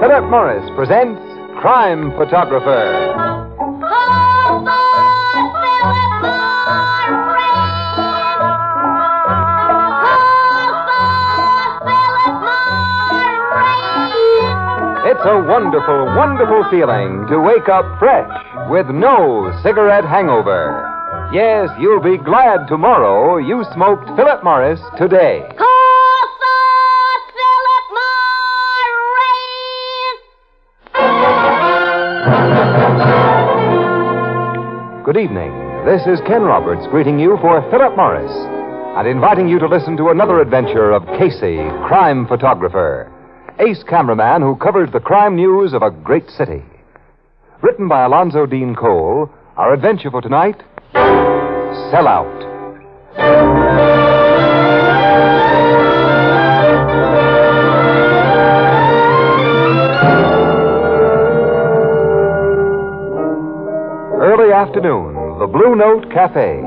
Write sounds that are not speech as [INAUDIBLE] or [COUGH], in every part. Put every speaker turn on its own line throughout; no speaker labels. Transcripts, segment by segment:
Philip Morris presents Crime Photographer. It's a wonderful, wonderful feeling to wake up fresh with no cigarette hangover. Yes, you'll be glad tomorrow you smoked Philip Morris today. Good evening. This is Ken Roberts greeting you for Philip Morris and inviting you to listen to another adventure of Casey, crime photographer, ace cameraman who covers the crime news of a great city. Written by Alonzo Dean Cole, our adventure for tonight Sellout. Early afternoon, the Blue Note Cafe.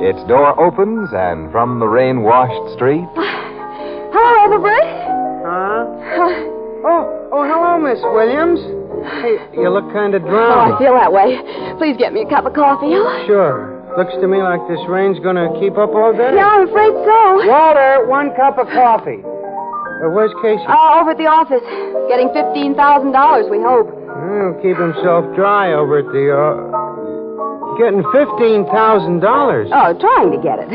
Its door opens, and from the rain washed street,
Hello, Ethelbert.
Huh?
Oh,
Oh, oh, hello, Miss Williams. Hey, you look kind of
oh, I
drowned.
feel that way. Please get me a cup of coffee. Oh,
Sure. Looks to me like this rain's gonna keep up all day.
yeah, I'm afraid so.
Walter, one cup of coffee. Uh, where's Casey?
Uh, over at the office. Getting $15,000, we hope.
Oh, keep himself dry over at the. Uh, getting fifteen thousand dollars.
Oh, trying to get it.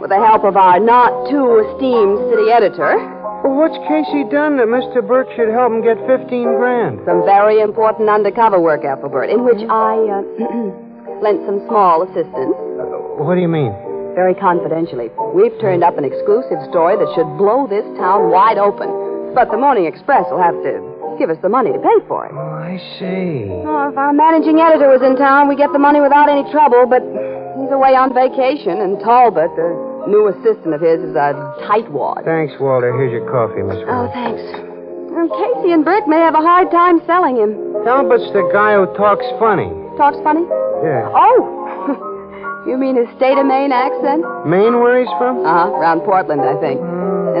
With the help of our not too esteemed city editor,
Well, what's Casey done that Mr. Burke should help him get fifteen grand? Uh,
some very important undercover work, Ethelbert, in which I uh, [CLEARS THROAT] lent some small assistance.
Uh, what do you mean?
Very confidentially, we've turned up an exclusive story that should blow this town wide open. But the Morning Express will have to give us the money to pay for it.
Oh, I see.
Oh, if our managing editor was in town, we'd get the money without any trouble, but he's away on vacation, and Talbot, the new assistant of his, is a tightwad.
Thanks, Walter. Here's your coffee, Miss Williams.
Oh, thanks. Well, Casey and Bert may have a hard time selling him.
Talbot's the guy who talks funny.
Talks funny?
Yeah.
Oh! [LAUGHS] you mean his state of Maine accent?
Maine where he's from?
Uh huh, around Portland, I think.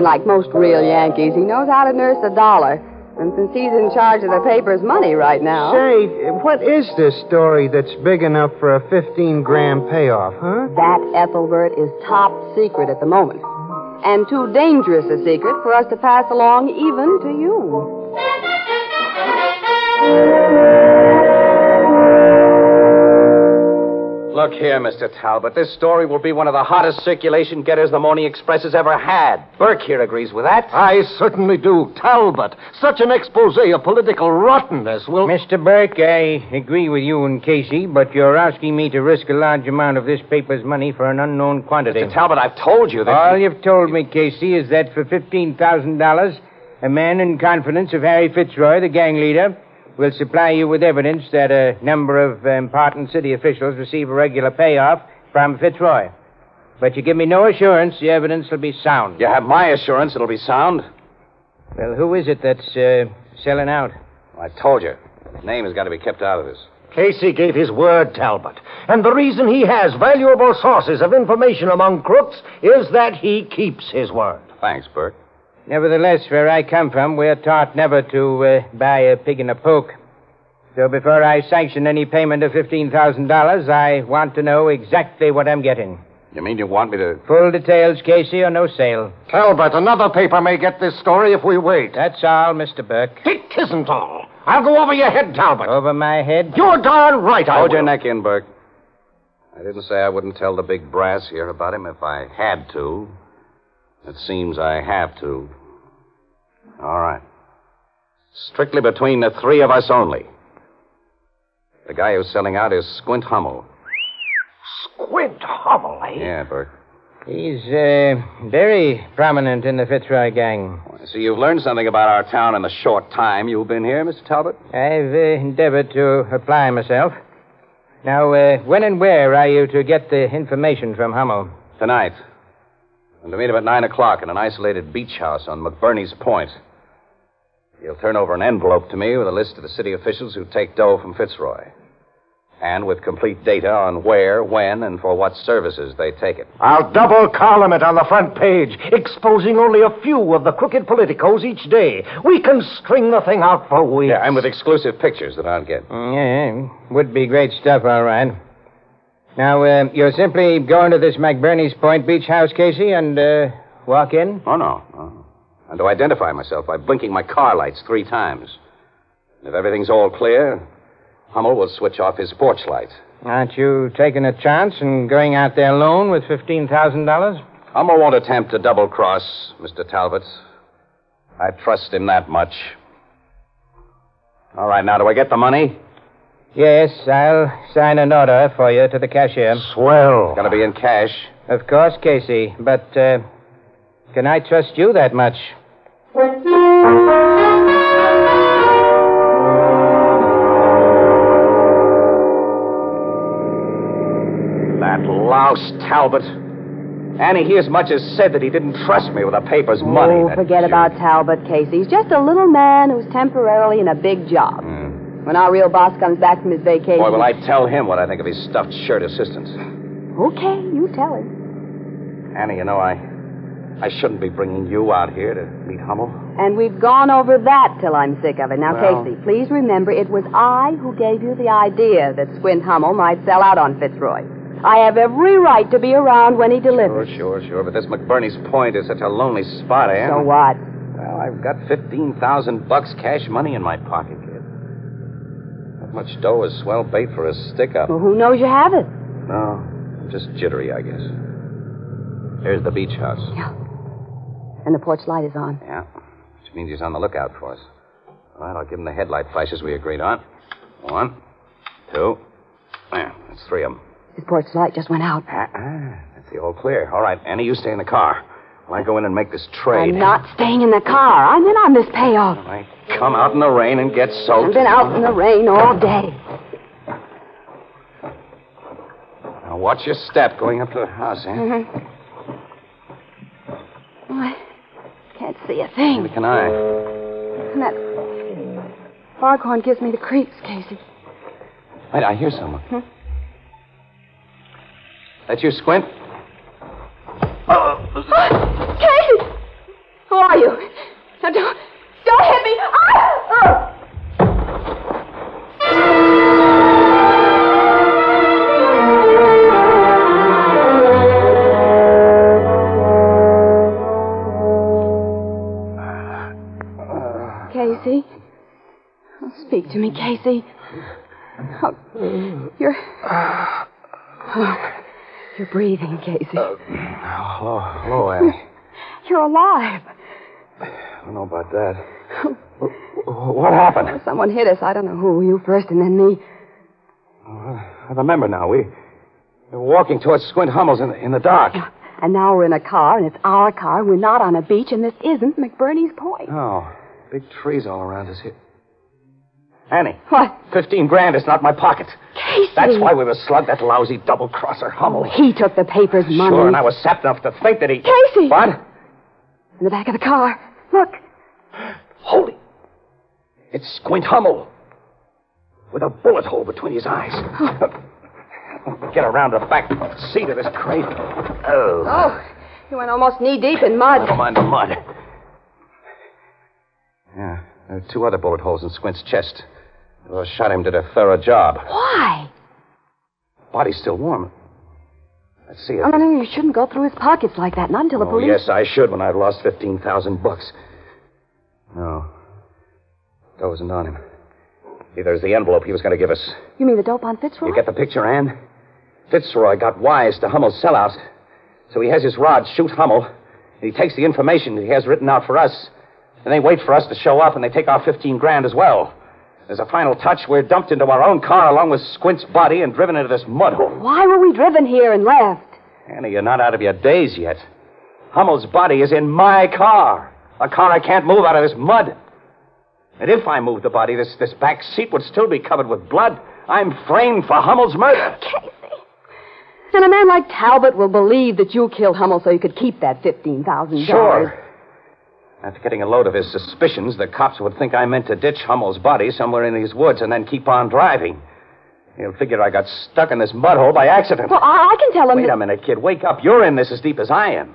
And like most real Yankees, he knows how to nurse a dollar. And since he's in charge of the paper's money right now,
Say, what is this story that's big enough for a 15 gram payoff, huh?
that Ethelbert is top secret at the moment. And too dangerous a secret for us to pass along even to you.
Look here, Mr. Talbot. This story will be one of the hottest circulation getters the Morning Express has ever had. Burke here agrees with that.
I certainly do. Talbot, such an expose of political rottenness will.
Mr. Burke, I agree with you and Casey, but you're asking me to risk a large amount of this paper's money for an unknown quantity.
Mr. Talbot, I've told you that.
All you've told me, Casey, is that for $15,000, a man in confidence of Harry Fitzroy, the gang leader, will supply you with evidence that a number of uh, important city officials receive a regular payoff from Fitzroy. But you give me no assurance the evidence will be sound.
you have my assurance it'll be sound.
Well, who is it that's uh, selling out?
I told you. His name has got to be kept out of this.
Casey gave his word, Talbot. And the reason he has valuable sources of information among crooks is that he keeps his word.
Thanks, Burke.
Nevertheless, where I come from, we're taught never to uh, buy a pig in a poke. So before I sanction any payment of $15,000, I want to know exactly what I'm getting.
You mean you want me to.
Full details, Casey, or no sale.
Talbot, another paper may get this story if we wait.
That's all, Mr. Burke.
It isn't all. I'll go over your head, Talbot.
Over my head.
You're darn right, I
Hold your
will.
neck in, Burke. I didn't say I wouldn't tell the big brass here about him if I had to. It seems I have to. All right. Strictly between the three of us only. The guy who's selling out is Squint Hummel.
Squint Hobble, eh?
Yeah, Burke.
He's uh, very prominent in the Fitzroy gang.
So you've learned something about our town in the short time you've been here, Mr. Talbot?
I've uh, endeavored to apply myself. Now, uh, when and where are you to get the information from Hummel?
Tonight. And to meet him at 9 o'clock in an isolated beach house on McBurney's Point. He'll turn over an envelope to me with a list of the city officials who take dough from Fitzroy. and with complete data on where, when, and for what services they take it.
I'll double column it on the front page, exposing only a few of the crooked politicos each day. We can string the thing out for weeks.
Yeah, and with exclusive pictures that aren't getting.
Mm, Yeah, would be great stuff, all right. Now, uh, you're simply going to this McBurney's Point Beach house, Casey, and uh, walk in?
Oh, no, no. And to identify myself by blinking my car lights three times. And if everything's all clear, Hummel will switch off his porch light.
Aren't you taking a chance and going out there alone with $15,000?
Hummel won't attempt to double cross Mr. Talbot. I trust him that much. All right, now, do I get the money?
Yes, I'll sign an order for you to the cashier.
Swell.
Gonna be in cash.
Of course, Casey, but uh, can I trust you that much?
That louse Talbot. Annie, he as much as said that he didn't trust me with the paper's money.
Oh,
that
forget
jerk.
about Talbot, Casey. He's just a little man who's temporarily in a big job. When our real boss comes back from his vacation.
Hmm. Boy, will I tell him what I think of his stuffed shirt assistant.
Okay, you tell him.
Annie, you know, I. I shouldn't be bringing you out here to meet Hummel.
And we've gone over that till I'm sick of it. Now,
Well-
Casey, please remember it was I who gave you the idea that Squint Hummel might sell out on Fitzroy. I have every right to be around when he delivers.
sure, sure. But this McBurney's Point is such a lonely spot, eh, Annie.
So what?
Well, I've got 15,000 bucks cash money in my pocket, kid. That much dough is swell bait for a stick up.
Well, who knows you have it?
No, I'm just jittery, I guess. Here's the beach house.
And the porch light is on.
Yeah, which means he's on the lookout for us. All right, I'll give him the headlight flashes we agreed on. One, two, there, that's three of them.
His porch light just went out.
Ah, ah, that's the all clear. All right, Annie, you stay in the car. While I go in and make this trade.
I'm not staying in the car. I'm in on this payoff.
I come out in the rain and get
I've
soaked.
been out in the rain all day.
Now watch your step going up to the house, eh? Annie.
Mm-hmm. Oh, I can't see a thing.
Neither can I.
And that foghorn gives me the creeps, Casey.
Wait, I hear someone.
Hmm?
That you, Squint?
Casey! Who are you? Now don't, don't hit me! Ah! Oh! Casey, Oh, speak to me, Casey. Oh, you're. Oh, you're breathing, Casey.
Hello, hello, Annie.
You're alive.
I don't know about that. Wh- wh- What happened?
Someone hit us. I don't know who. You first and then me.
I remember now. We we were walking towards Squint Hummel's in, in the dark.
And now we're in a car, and it's our car. We're not on a beach, and this isn't McBurney's Point.
Oh, big trees all around us here. Annie,
What?
15 grand is not my pocket.
Casey!
That's why we were slugged that lousy double crosser Hummel.
He took the paper's money.
Sure, and I was sapped enough to think that he.
Casey!
What?
In the back of the car. Look.
Holy! It's Squint Hummel. With a bullet hole between his [LAUGHS] eyes. Get around the back seat of this crate. Oh.
Oh, you went almost knee deep in mud.
Never mind the mud. Yeah, there are two other bullet holes in Squint's chest. Those shot him did a thorough job.
Why?
Body's still warm. Let's see it.
Oh, no, no, you shouldn't go through his pockets like that. Not until the
Oh,
police.
yes, I should when I've lost 15,000 bucks. No. That wasn't on him. See, there's the envelope he was going to give us.
You mean the dope on Fitzroy?
You get the picture, Ann? Fitzroy got wise to Hummel's sellout. So he has his rod shoot Hummel, and he takes the information he has written out for us. And they wait for us to show up, and they take our 15 grand as well. As a final touch, we're dumped into our own car along with Squint's body and driven into this mud hole.
Why were we driven here and left?
Annie, you're not out of your days yet. Hummel's body is in my car. A car I can't move out of this mud. And if I move the body, this, this back seat would still be covered with blood. I'm framed for Hummel's murder.
And a man like Talbot will believe that you killed Hummel so you could keep that $15,000.
Sure. After getting a load of his suspicions, the cops would think I meant to ditch Hummel's body somewhere in these woods and then keep on driving. He'll figure I got stuck in this mudhole by accident.
Well, I, I can tell him
Wait
that...
a minute, kid. Wake up. You're in this as deep as I am.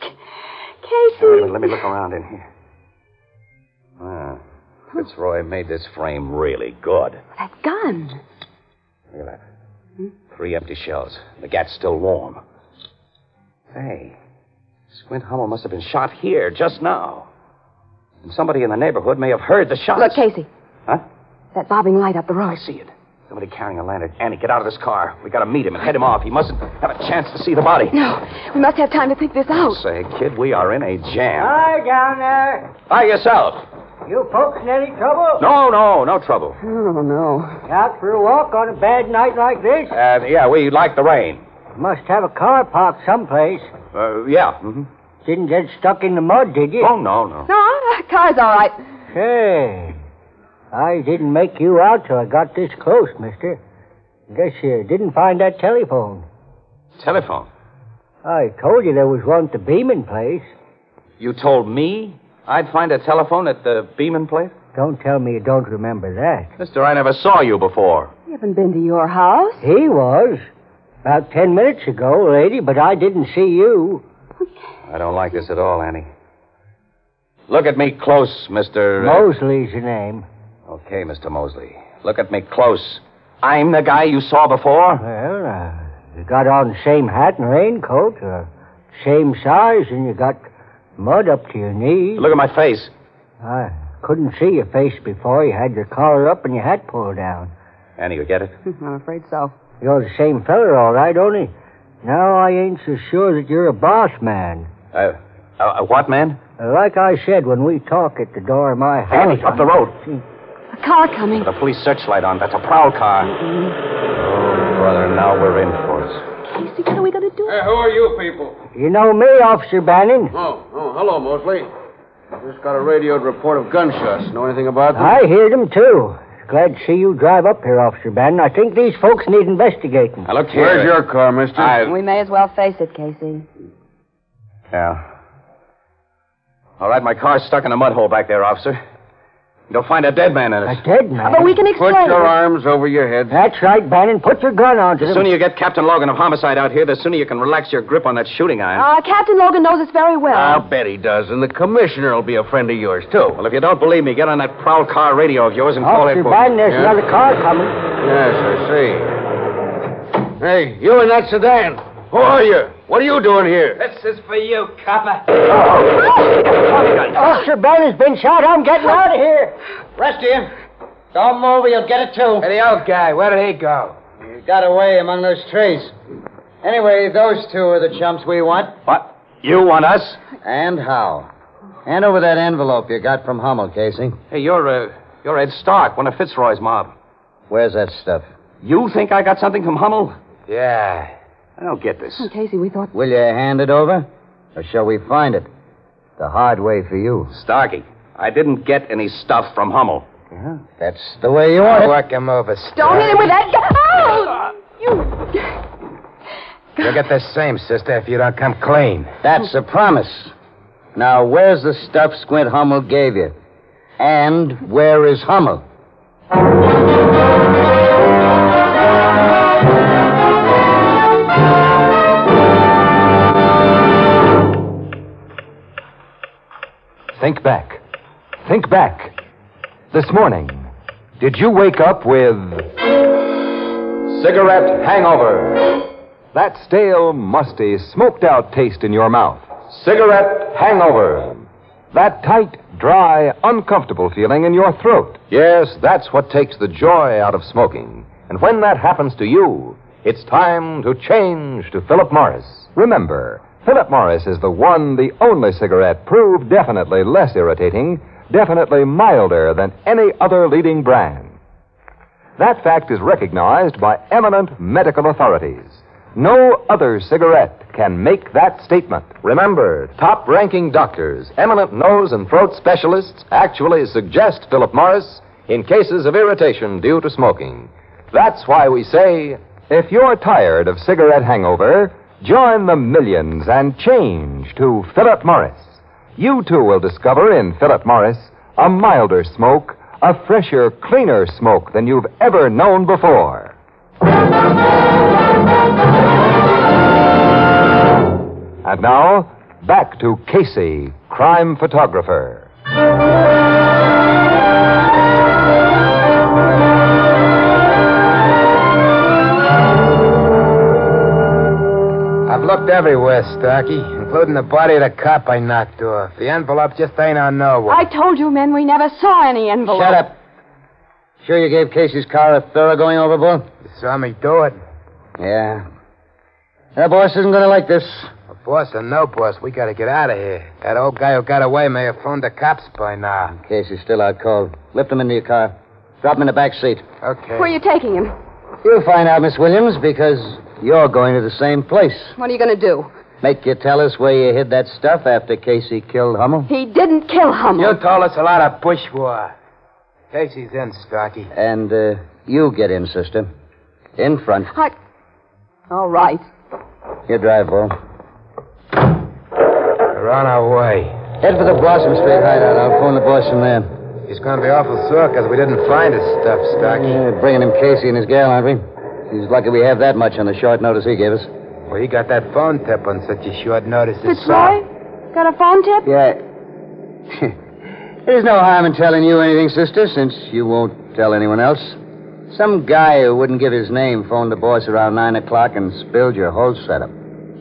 Casey.
Wait a minute, Let me look around in here. Ah, Fitzroy made this frame really good.
That gun.
Look at
Hmm?
that. Three empty shells. The gat's still warm. Hey, Squint Hummel must have been shot here just now. And somebody in the neighborhood may have heard the shots.
Look, Casey.
Huh?
That bobbing light up the road.
I see it. Somebody carrying a lantern. Annie, get out of this car. We gotta meet him and head him off. He mustn't have a chance to see the body.
No, we must have time to think this out.
Say, kid, we are in a
Uh.
jam.
Hi, down there.
By yourself.
You folks in any trouble?
No, no, no trouble.
Oh, no.
Out for a walk on a bad night like this?
Uh, yeah, we like the rain.
Must have a car parked someplace.
Uh, yeah. mhm.
Didn't get stuck in the mud, did you?
Oh, no, no.
No, our car's all right.
Hey, I didn't make you out till I got this close, mister. Guess you didn't find that telephone.
Telephone.
I told you there was one at the Beeman place.
You told me I'd find a telephone at the Beeman place?
Don't tell me you don't remember that.
Mister, I never saw you before.
We haven't been to your house. [LAUGHS]
He was. About ten minutes ago, lady, but I didn't see you.
I don't like this at all, Annie. Look at me close, Mr. uh,
Mosley's your name.
Okay, Mr. Mosley. Look at me close. I'm the guy you saw before?
Well, uh, you got on the same hat and raincoat, uh, same size, and you got mud up to your knees.
Look at my face.
I couldn't see your face before. You had your collar up and your hat pulled down.
Annie, you get it?
I'm afraid so.
You're the same feller, all right, only now I ain't so sure that you're a boss man.
Uh, uh, what, man?
Like I said when we talk at the door of my house.
Annie, up the road.
A car coming.
The police searchlight on. That's a prowl car. Oh, brother, now we're in for it.
Casey, what are we going to do?
Hey, who are you people?
You know me, Officer Bannon.
Oh, oh, hello, Mosley. I just got a radioed report of gunshots. Know anything about them?
I heard them too. Glad to see you drive up here, Officer Bannon. I think these folks need investigating.
Now, look here.
Where's your car, mister?
I...
We may as well face it, Casey.
Yeah. All right, my car's stuck in a mud hole back there, officer. You'll find a dead man in
A
it.
dead man.
But we can
Put
explain.
your arms over your head.
That's right, Bannon. Put your gun onto
The
them.
sooner you get Captain Logan of Homicide out here, the sooner you can relax your grip on that shooting iron.
Oh.
Uh, Captain Logan knows us very well.
Uh,
I'll bet he does, and the commissioner will be a friend of yours, too.
Well, if you don't believe me, get on that prowl car radio of yours and
Oh,
call
Officer
it.
Bannon, there's
Yeah.
another car coming.
Yes, I see. Hey, you in that sedan. Who are you? What are you doing here?
This is for you, copper.
Officer Bannon's been shot. I'm getting out of here.
Rest of you. Don't move or you'll get it too.
the old guy, where did he go? He got away among those trees. Anyway, those two are the chumps we want.
What? You want us?
And how? Hand over that envelope you got from Hummel, Casey.
Hey, you're, uh, you're Ed Stark, one of Fitzroy's mob.
Where's that stuff?
You think I got something from Hummel?
Ah,
Yeah.
I don't get
Hmm.
this.
Casey, we thought.
Will you hand it over? Or shall we find it? The hard way for you.
Starkey, I didn't get any stuff from Hummel.
That's the way you want it.
Work him over.
Don't hit him with that gun. Oh! You.
You'll get the same, sister, if you don't come clean.
That's a promise. Now, where's the stuff Squint Hummel gave you? And where is Hummel?
Think back. Think back. This morning, did you wake up with. Cigarette hangover. That stale, musty, smoked out taste in your mouth. Cigarette hangover. That tight, dry, uncomfortable feeling in your throat. Yes, that's what takes the joy out of smoking. And when that happens to you, it's time to change to Philip Morris. Remember, Philip Morris is the one, the only cigarette proved definitely less irritating, definitely milder than any other leading brand. That fact is recognized by eminent medical authorities. No other cigarette can make that statement. Remember, top ranking doctors, eminent nose and throat specialists actually suggest Philip Morris in cases of irritation due to smoking. That's why we say if you're tired of cigarette hangover, join the millions and change to Philip Morris you too will discover in Philip Morris a milder smoke, a fresher, cleaner smoke than you've ever known before. And now, back to Casey, crime photographer.
I've looked everywhere, Starkey, including the body of the cop I knocked off. The envelope just ain't on nowhere.
I told you men we never saw any envelope.
Shut up. Sure you gave Casey's car a thorough going overboard?
You saw me do it.
Yeah. Our boss isn't going to like this.
A boss or no boss, we gotta get out of here. That old guy who got away may have phoned the cops by now.
Casey's still out cold. Lift him into your car. Drop him in the back seat.
Okay.
Where are you taking him?
You'll find out, Miss Williams, because you're going to the same place.
What are you going to do?
Make you tell us where you hid that stuff after Casey killed Hummel.
He didn't kill Hummel.
You told us a lot of bourgeois. Casey's in, Starkey.
And uh, you get in, sister. In front.
I... All right.
You drive, Bo.
We're on our way.
Head for the Blossom Street hideout. I'll phone the boss from there.
He's gonna be awful sore because we didn't find his stuff, Starkey.
Yeah, bringing him Casey and his gal, aren't we? He's lucky we have that much on the short notice he gave us.
Well, he got that phone tip on such a short notice. it's,
Fitzroy?
uh,
Got a phone tip?
Yeah. [LAUGHS] There's no harm in telling you anything, sister, since you won't tell anyone else. Some guy who wouldn't give his name phoned the boss around 9 o'clock and spilled your whole setup.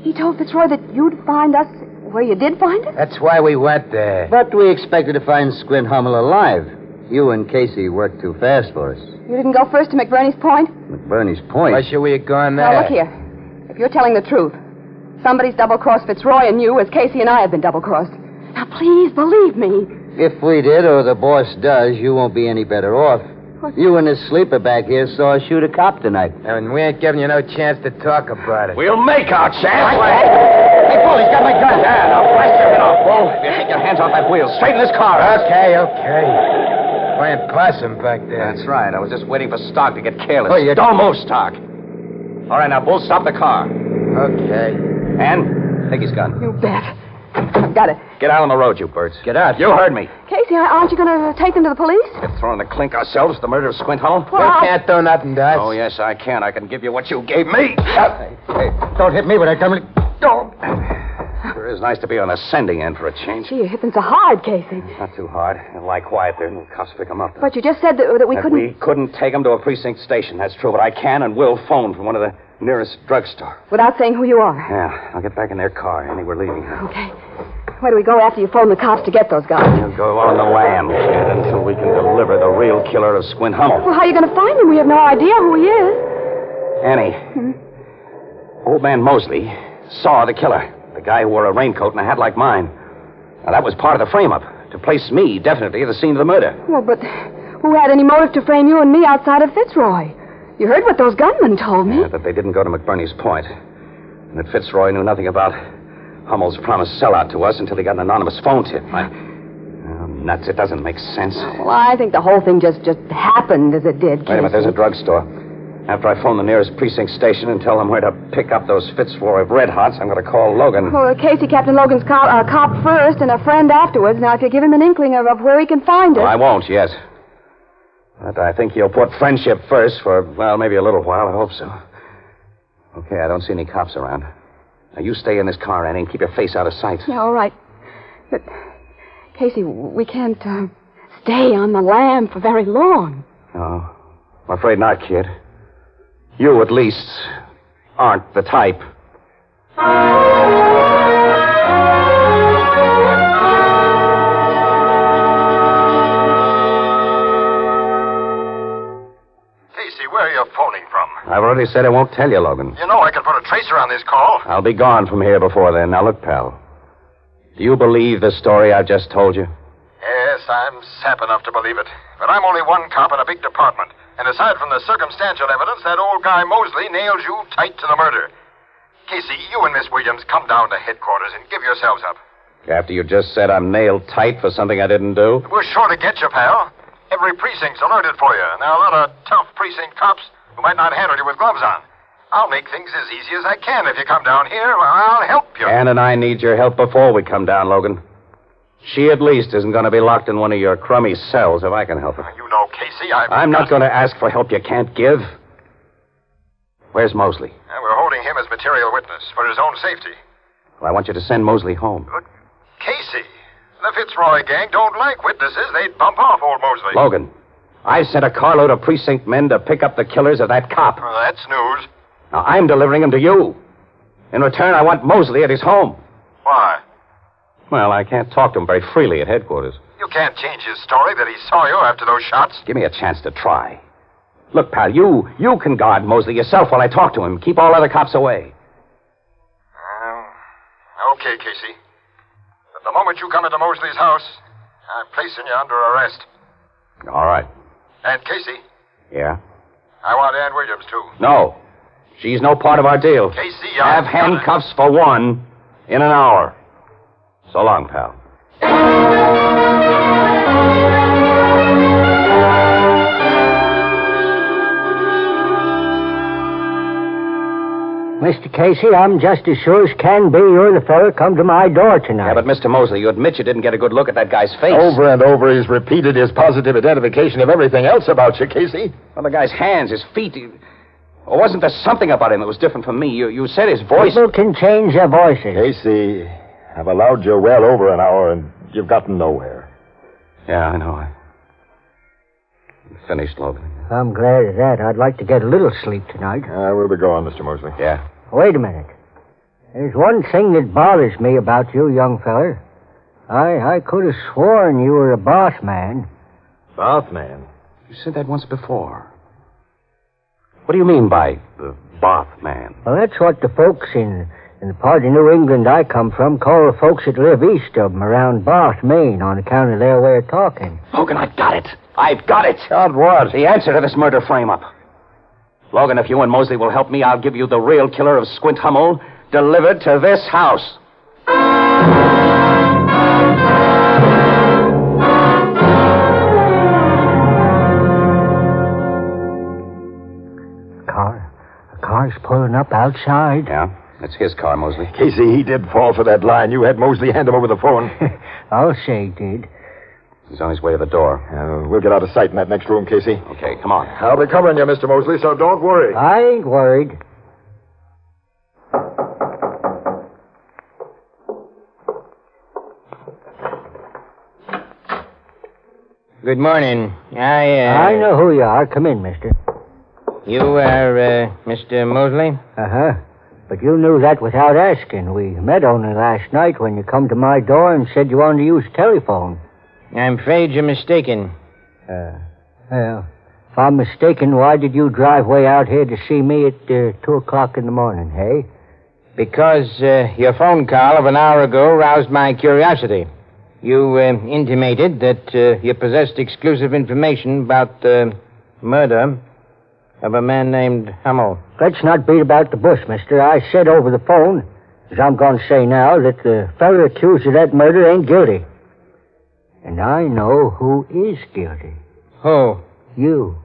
He told Fitzroy that you'd find us where you did find us?
That's why we went there.
But we expected to find Squint Hummel alive. You and Casey worked too fast for us.
You didn't go first to McBurney's point?
McBurney's point.
Why should we have gone there?
Now, look here. If you're telling the truth, somebody's double crossed Fitzroy and you as Casey and I have been double crossed. Now, please believe me.
If we did, or the boss does, you won't be any better off. You and this sleeper back here saw us shoot a cop tonight.
And we ain't giving you no chance to talk about it.
We'll make our chance. Hey, Bull, he's got my gun. Yeah, now blast your head off, Bull. If you take your hands off that wheel, straighten this car out.
Okay, okay. Playing possum back there.
That's right. I was just waiting for Stark to get careless.
Oh, you-
almost Stark. All right, now, Bull, stop the car.
Okay.
And take his gun.
You bet. I've got it.
Get out on the road, you birds.
Get out.
You heard me.
Casey, aren't you going to take them to the police?
Get thrown in the clink ourselves for the murder of Squint Hummel.
You can't do nothing to us.
Oh, yes, I can. I can give you what you gave me. Hey, hey,
Uh, Don't hit me when I come.
don't. Sure is nice to be on a sending end for a change.
Gee, you hit them so hard, Casey.
Not too hard. And lie quiet there and we'll cops pick them up.
But you just said that, that we
That
couldn't.
we couldn't take them to a precinct station. That's true, but I can and will phone from one of the nearest drugstore.
Without saying who you are.
Yeah, I'll get back in their car. Annie, we're leaving.
Okay. Where do we go after you phone the cops to get those guys?
We'll go on the lam, kid, until we can deliver the real killer of Squint Hummel.
Well, how are you going to find him? We have no idea who he is.
Annie, old man Mosley saw the killer, the guy who wore a raincoat and a hat like mine. Now, that was part of the frame-up to place me definitely at the scene of the murder.
Well, but who had any motive to frame you and me outside of Fitzroy? You heard what those gunmen told me.
Yeah, but they didn't go to McBurney's point, and that Fitzroy knew nothing about Hummel's promised sellout to us until he got an anonymous phone tip. I... Oh, nuts! It doesn't make sense.
Well, I think the whole thing just just happened as it did.
Wait a minute,
Casey.
there's a drugstore. After I phone the nearest precinct station and tell them where to pick up those Fitzroy Red Hots, I'm going to call Logan.
Well, Casey, Captain Logan's cop, uh, cop first and a friend afterwards. Now, if you give him an inkling of, of where he can find us.
Well, I won't yet. But I think he'll put friendship first for, well, maybe a little while. I hope so. Okay, I don't see any cops around. Now, you stay in this car, Annie, and keep your face out of sight.
Yeah, all right. But, Casey, we can't uh, stay on the lam for very long.
No, I'm afraid not, kid. You, at least, aren't the type.
Casey, where are you phoning from?
I've already said I won't tell you, Logan.
You know I can put a tracer on this call.
I'll be gone from here before then. Now, look, pal. Do you believe the story I've just told you?
Yes, I'm sap enough to believe it. But I'm only one cop in a big department. And aside from the circumstantial evidence, that old guy Mosley nails you tight to the murder. Casey, you and Miss Williams come down to headquarters and give yourselves up.
After you just said I'm nailed tight for something I didn't do?
We're sure to get you, pal. Every precinct's alerted for you, and there are a lot of tough precinct cops who might not handle you with gloves on. I'll make things as easy as I can if you come down here. I'll help you.
Ann and I need your help before we come down, Logan. She at least isn't going to be locked in one of your crummy cells if I can help her.
You know, Casey, I've
I'm not going to ask for help you can't give. Where's Mosley?
And we're holding him as material witness for his own safety.
Well, I want you to send Mosley home.
Casey, the Fitzroy gang don't like witnesses. They'd bump off old Mosley.
Logan, I sent a carload of precinct men to pick up the killers of that cop.
Well, that's news.
Now, I'm delivering them to you. In return, I want Mosley at his home.
Why?
Well, I can't talk to him very freely at headquarters.
You can't change his story that he saw you after those shots.
Give me a chance to try. Look, pal, you you can guard Mosley yourself while I talk to him. Keep all other cops away.
Um, Okay, Casey. But the moment you come into Mosley's house, I'm placing you under arrest.
All right.
And Casey,
Yeah?
I want Ann Williams, too.
No. She's no part of our deal.
Casey, I-
Have handcuffs for one in an hour. So long, pal.
Mr. Casey, I'm just as sure as can be you're the fella come to my door tonight.
Yeah, but Mr. Mosley, you admit you didn't get a good look at that guy's face.
Over and over, he's repeated his positive identification of everything else about you, Casey.
Well, the guy's hands, his feet. He... Or wasn't there something about him that was different from me? You, you said his voice.
People can change their voices.
Casey, I've allowed you well over an hour, and you've gotten nowhere.
Yeah, I know. I... Finished, Logan.
I'm glad of that. I'd like to get a little sleep tonight.
Uh, we'll be going, Mr. Mosley.
Yeah.
Wait a minute. There's one thing that bothers me about you, young feller. I I could have sworn you were a boss man.
Boss man.
You said that once before. What do you mean by the Both man?
Well, that's what the folks in in the part of New England I come from call the folks that live east of 'em around Bath, Maine, on account of their way of talking.
Logan, I've got it. I've got it. Got what? The answer to this murder frame-up. Logan, if you and Mosley will help me, I'll give you the real killer of Squint Hummel delivered to this house.
Car, a car's pulling up outside.
Yeah, that's his car, Mosley.
Casey, he did fall for that line. You had Mosley hand him over the [LAUGHS] phone.
I'll say he did.
He's on his way to the door.
Uh, we'll get out of sight in that next room, Casey.
Okay, come on.
I'll be covering you, Mr. Mosley, so don't worry.
I ain't worried.
Good morning. I, uh...
I know who you are. Come in, mister.
You are, uh, Mr. Mosley?
Uh huh. But you knew that without asking. We met only last night when you come to my door and said you wanted to use telephone.
I'm afraid you're mistaken.
Uh, well, if I'm mistaken, why did you drive way out here to see me at uh, two o'clock in the morning? Hey,
Because uh, your phone call of an hour ago roused my curiosity. You uh, intimated that uh, you possessed exclusive information about the murder of a man named Hummel.
let's not beat about the bush, Mister. I said over the phone, as I'm going to say now, that the fellow accused of that murder ain't guilty. And I know who is guilty.
Who?
You.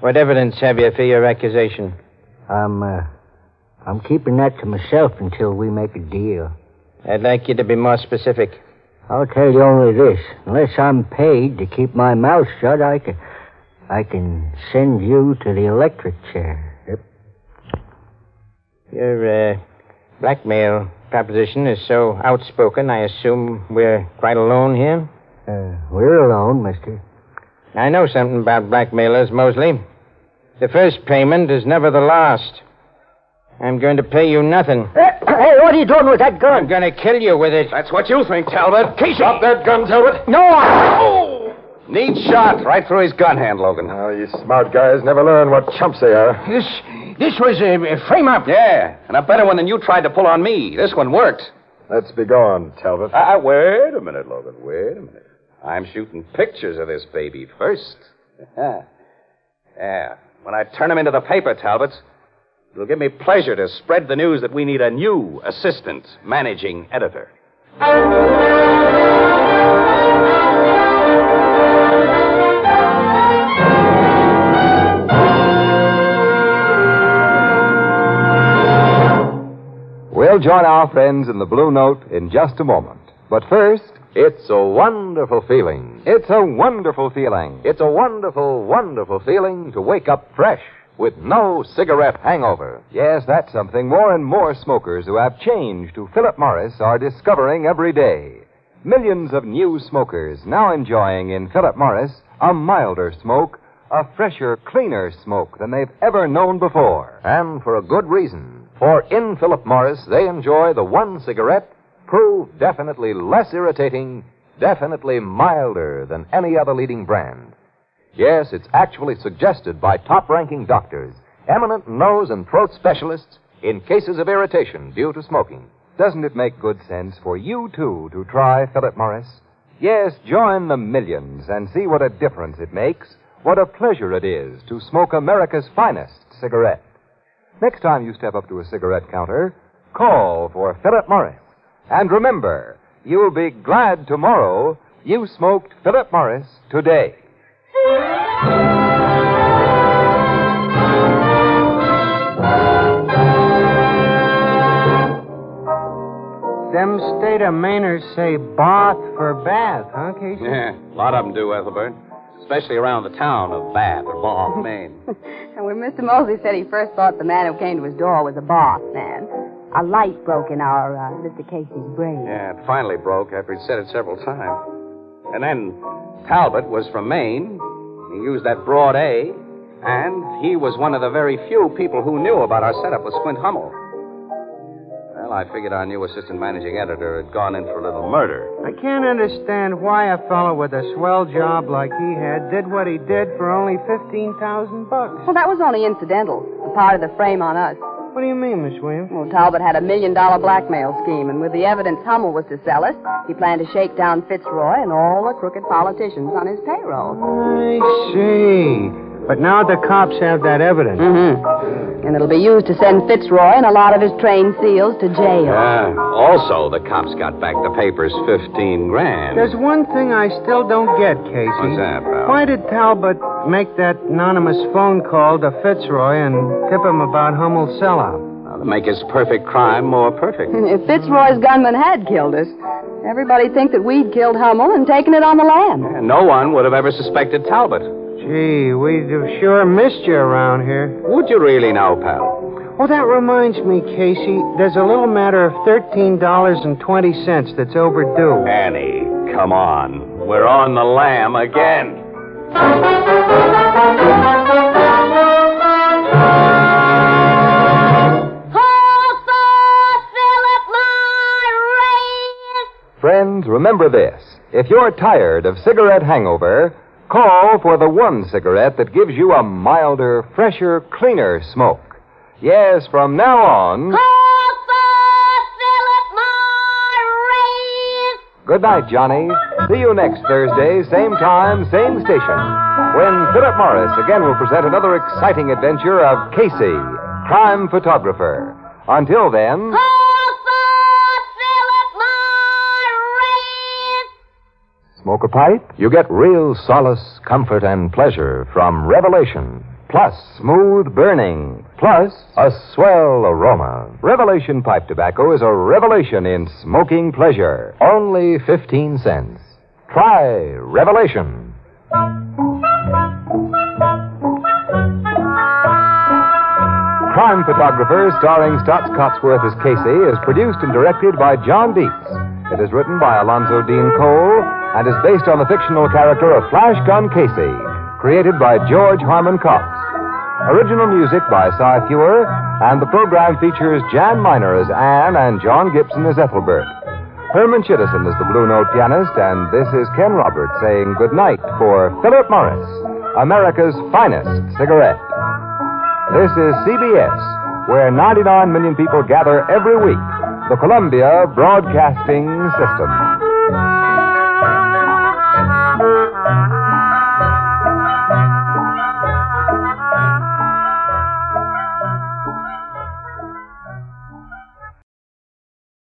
What evidence have you for your accusation?
I'm, uh, I'm keeping that to myself until we make a deal.
I'd like you to be more specific.
I'll tell you only this. Unless I'm paid to keep my mouth shut, I can, I can send you to the electric chair. Yep.
Your uh, blackmail proposition is so outspoken, I assume we're quite alone here?
Uh, we're alone, mister.
I know something about blackmailers, Mosley. The first payment is never the last. I'm going to pay you nothing.
[COUGHS] Hey, what are you doing with that gun?
I'm going to kill you with it.
That's what you think, Talbot. Casey!
Drop that gun, Talbot.
No, I...
Oh! Neat shot right through his gun hand, Logan.
Oh, you smart guys never learn what chumps they are.
This, this was a, frame up.
Yeah, and a better one than you tried to pull on me. This one worked.
Let's be gone, Talbot.
Ah, wait a minute, Logan. Wait a minute. I'm shooting pictures of this baby first. [LAUGHS] yeah. When I turn him into the paper, Talbot, it'll give me pleasure to spread the news that we need a new assistant managing editor.
We'll join our friends in the Blue Note in just a moment. But first, it's a wonderful feeling. It's a wonderful feeling. It's a wonderful, wonderful feeling to wake up fresh with no cigarette hangover. Yes, that's something more and more smokers who have changed to Philip Morris are discovering every day. Millions of new smokers now enjoying in Philip Morris a milder smoke, a fresher, cleaner smoke than they've ever known before. And for a good reason. For in Philip Morris, they enjoy the one cigarette proved definitely less irritating, definitely milder than any other leading brand. Yes, it's actually suggested by top ranking doctors, eminent nose and throat specialists in cases of irritation due to smoking. Doesn't it make good sense for you, too, to try Philip Morris? Yes, join the millions and see what a difference it makes, what a pleasure it is to smoke America's finest cigarette. Next time you step up to a cigarette counter, call for Philip Morris. And remember, you'll be glad tomorrow you smoked Philip Morris today.
Them state of Mainers say bath for bath, huh, Casey?
Yeah, a lot of them do, Ethelbert. Especially around the town of Bath
[LAUGHS]
or Bath, Maine.
And when Mr. Mosley said he first thought the man who came to his door was a boss man, a light broke in our uh, Mr. Casey's brain.
Yeah, it finally broke after he'd said it several times. And then Talbot was from Maine. He used that broad A, and he was one of the very few people who knew about our setup with Squint Hummel. Well, I figured our new assistant managing editor had gone in for a little murder.
I can't understand why a fellow with a swell job like he had did what he did for only 15,000 bucks.
Well, that was only incidental, a part of the frame on us.
What do you mean, Miss Williams?
Well, Talbot had a million dollar blackmail scheme, and with the evidence Hummel was to sell us, he planned to shake down Fitzroy and all the crooked politicians on his payroll.
I see. But now the cops have that evidence.
And it'll be used to send Fitzroy and a lot of his trained seals to jail. [LAUGHS]
Yeah. Also, the cops got back the papers 15 grand.
There's one thing I still don't get, Casey.
What's that, pal?
Why did Talbot make that anonymous phone call to Fitzroy and tip him about Hummel's sellout?
To make his perfect crime more perfect.
If Fitzroy's gunman had killed us, everybody'd think that we'd killed Hummel and taken it on the lam.
And no one would have ever suspected Talbot.
Gee, we'd have sure missed you around here.
Would you really now, pal?
Oh, that reminds me, Casey. There's a little matter of $13.20 that's overdue.
Annie, come on. We're on the lam again.
Friends, remember this. If you're tired of cigarette hangover, call for the one cigarette that gives you a milder, fresher, cleaner smoke. Yes, from now on. Good night, Johnny. See you next Thursday, same time, same station, when Philip Morris again will present another exciting adventure of Casey, crime photographer. Until then. Smoke a pipe, you get real solace, comfort, and pleasure from Revelation. Plus, smooth burning. Plus, a swell aroma. Revelation pipe tobacco is a revelation in smoking pleasure. Only 15 cents. Try Revelation. Crime Photographer, starring Stotts Cotsworth as Casey, is produced and directed by John Dietz. It is written by Alonzo Dean Cole and is based on the fictional character of Flash Gun Casey, created by George Harmon Cox. Original music by Cy Feuer, and the program features Jan Miner as Anne and John Gibson as Ethelbert. Herman Chittison is the Blue Note pianist, and this is Ken Roberts saying good night for Philip Morris, America's finest cigarette. This is CBS, where 99 million people gather every week, the Columbia Broadcasting System.